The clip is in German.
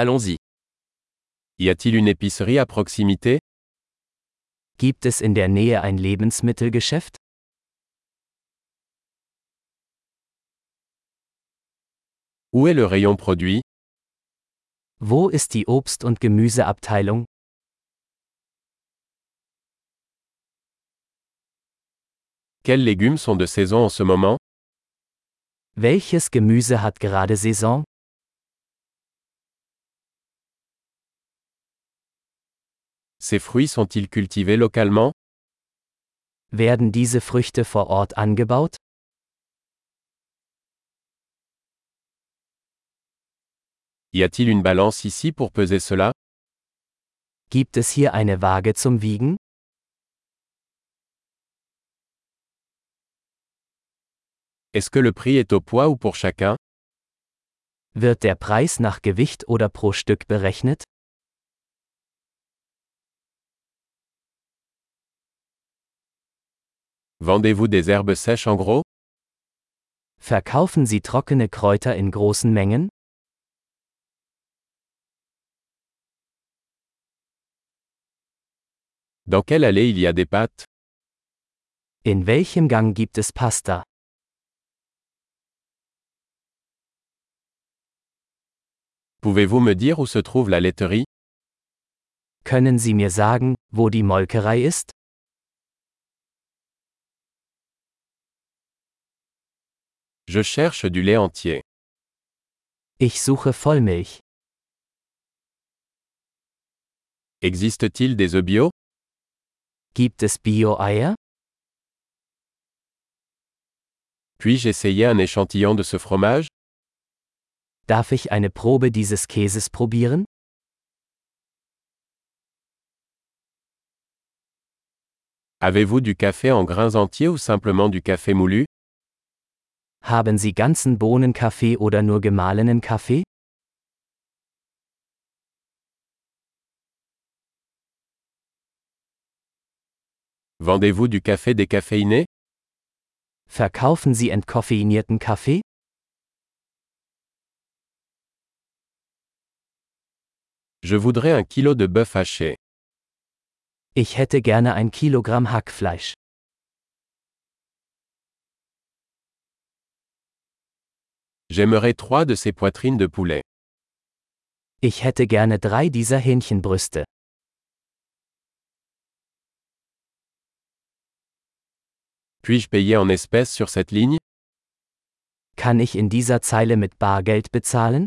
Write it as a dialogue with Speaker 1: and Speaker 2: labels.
Speaker 1: Allons-y. Y a-t-il une épicerie à proximité
Speaker 2: Gibt es in der Nähe ein Lebensmittelgeschäft?
Speaker 1: Où est le rayon produit
Speaker 2: Wo ist die Obst- und Gemüseabteilung?
Speaker 1: Quels légumes sont de saison en ce moment
Speaker 2: Welches Gemüse hat gerade Saison?
Speaker 1: Ces fruits sont-ils cultivés localement
Speaker 2: Werden diese Früchte vor Ort angebaut?
Speaker 1: Y a-t-il une balance ici pour peser cela
Speaker 2: Gibt es hier eine Waage zum Wiegen?
Speaker 1: Est-ce que le prix est au poids ou pour chacun
Speaker 2: Wird der Preis nach Gewicht oder pro Stück berechnet?
Speaker 1: Vendez-vous des herbes sèches en gros
Speaker 2: Verkaufen Sie trockene Kräuter in großen Mengen?
Speaker 1: Dans quelle allée il y a des pâtes
Speaker 2: In welchem Gang gibt es Pasta?
Speaker 1: Pouvez-vous me dire où se trouve la laiterie
Speaker 2: Können Sie mir sagen, wo die Molkerei ist?
Speaker 1: Je cherche du lait entier.
Speaker 2: Ich suche Vollmilch.
Speaker 1: Existe-t-il des œufs bio
Speaker 2: Gibt es Bio-Eier?
Speaker 1: Puis-je essayer un échantillon de ce fromage
Speaker 2: Darf ich eine Probe dieses Käses probieren?
Speaker 1: Avez-vous du café en grains entiers ou simplement du café moulu
Speaker 2: Haben Sie ganzen Bohnenkaffee oder nur gemahlenen Kaffee?
Speaker 1: Vendez-vous du café décaféiné
Speaker 2: Verkaufen Sie entkoffeinierten Kaffee?
Speaker 1: Je voudrais un kilo de bœuf haché.
Speaker 2: Ich hätte gerne ein Kilogramm Hackfleisch.
Speaker 1: J'aimerais trois de ces poitrines de poulet.
Speaker 2: Ich hätte gerne drei dieser Hähnchenbrüste.
Speaker 1: Puis-je payer en espèces sur cette ligne
Speaker 2: Kann ich in dieser Zeile mit Bargeld bezahlen?